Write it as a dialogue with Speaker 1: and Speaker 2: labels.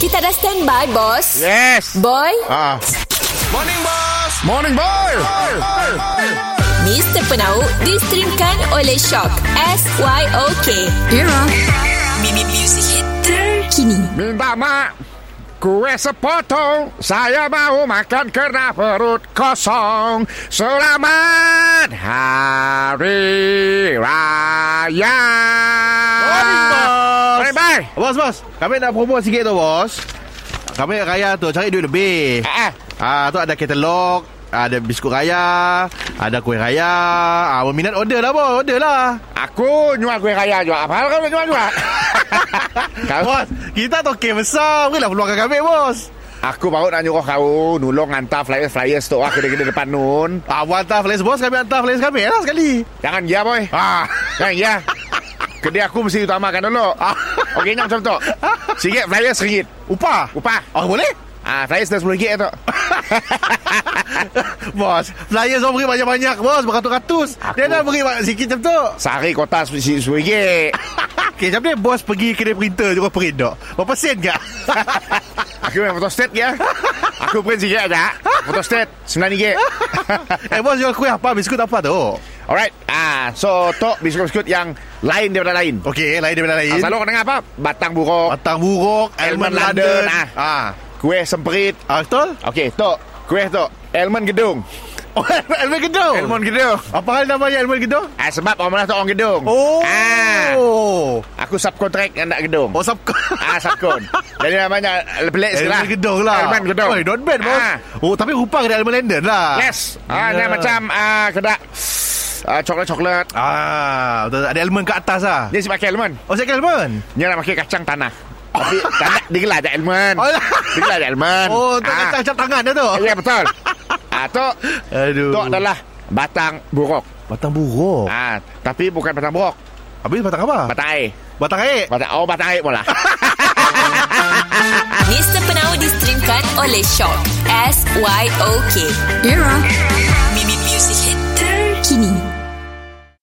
Speaker 1: Kita dah standby, bos.
Speaker 2: Yes.
Speaker 1: Boy,
Speaker 2: Ah.
Speaker 3: Morning Boss
Speaker 2: Morning boy.
Speaker 1: Mr. Penau distrimkan oleh Shock. S-Y-O-K. Era. Mimi Music Hit terkini.
Speaker 2: Minta mak. Kue sepotong Saya mau makan kerana perut kosong Selamat Hari Raya
Speaker 3: Morning, boss.
Speaker 2: Morning boy
Speaker 3: Bos bos Kami nak promo sikit tu bos Kami nak raya tu Cari duit lebih
Speaker 2: Eh, eh.
Speaker 3: Ah tu ada katalog ada biskut raya Ada kuih raya ah, Minat order lah bos Order lah
Speaker 2: Aku nyuar kue raya juga Apa hal kau nak nyuar-nyuar? Kau-
Speaker 3: Bos Kita toke besar Bukanlah peluangkan kami bos
Speaker 2: Aku baru nak nyuruh kau Nulung hantar flyers-flyers tu Wah kedai-kedai depan nun
Speaker 3: Ah, awak hantar flash bos Kami hantar flash kami lah sekali
Speaker 2: Jangan ya boy
Speaker 3: Ah,
Speaker 2: Jangan ya Kedai aku mesti utamakan dulu Okey nak macam tu Sikit flyers ringgit
Speaker 3: Upah
Speaker 2: Upah
Speaker 3: Oh boleh
Speaker 2: Ah, flyers dah RM10 tu
Speaker 3: Bos Flyers orang beri banyak-banyak bos Beratus-ratus Dia
Speaker 2: Aku-
Speaker 3: dah beri banyak sikit macam tu
Speaker 2: Sehari kotas mesti RM10
Speaker 3: Okay, macam mana bos pergi kedai printer Jumpa print tak? Berapa sen kak?
Speaker 2: Aku main foto state ya Aku print sikit aja Foto state RM9
Speaker 3: eh, bos jual kuih apa? Biskut apa tu?
Speaker 2: Alright ah, So tok biskut-biskut yang Lain daripada lain
Speaker 3: Okey, lain daripada lain.
Speaker 2: ah, Selalu orang dengar apa? Batang buruk
Speaker 3: Batang buruk,
Speaker 2: Almond
Speaker 3: Almond
Speaker 2: Oh. London.
Speaker 3: London. Ah.
Speaker 2: Kuih semperit
Speaker 3: Ah, betul?
Speaker 2: Okey, tok Kuih tok Elmen gedung
Speaker 3: Oh, Almond Gedong.
Speaker 2: Elmen gedung
Speaker 3: Apa hal namanya Almond Gedong?
Speaker 2: Ah, sebab orang Melayu tu orang gedung
Speaker 3: Oh.
Speaker 2: ah,
Speaker 3: Oh,
Speaker 2: Aku subkontrak yang nak gedung
Speaker 3: oh sab.
Speaker 2: Ah, subkon Jadi namanya Pelik sikit lah
Speaker 3: Almond Gedong lah.
Speaker 2: Elmen gedung
Speaker 3: Oh, not bad, bos.
Speaker 2: Ah.
Speaker 3: Oh, tapi rupa kedai Almond London lah.
Speaker 2: Yes ah, Dia macam ah, Kedak ah, Coklat-coklat
Speaker 3: Ah, betul. Ada almond kat atas lah.
Speaker 2: Dia si pakai elmen
Speaker 3: Oh, saya almond.
Speaker 2: Dia nak pakai kacang tanah Tapi tanah Dia gelap ada elmen
Speaker 3: Oh, lah.
Speaker 2: Dia gelap ada elmen
Speaker 3: Oh, tu kacang cap tangan dia tu.
Speaker 2: Ah. Ya betul ah, Tok
Speaker 3: Aduh.
Speaker 2: Tok adalah Batang buruk
Speaker 3: Batang buruk.
Speaker 2: ah, Tapi bukan batang buruk
Speaker 3: Habis batang apa?
Speaker 2: Batang air
Speaker 3: Batang air.
Speaker 2: Batang, oh batang air pula
Speaker 1: Mr. Penau distrimkan oleh Shock. S-Y-O-K. Era. Mimi Music Hit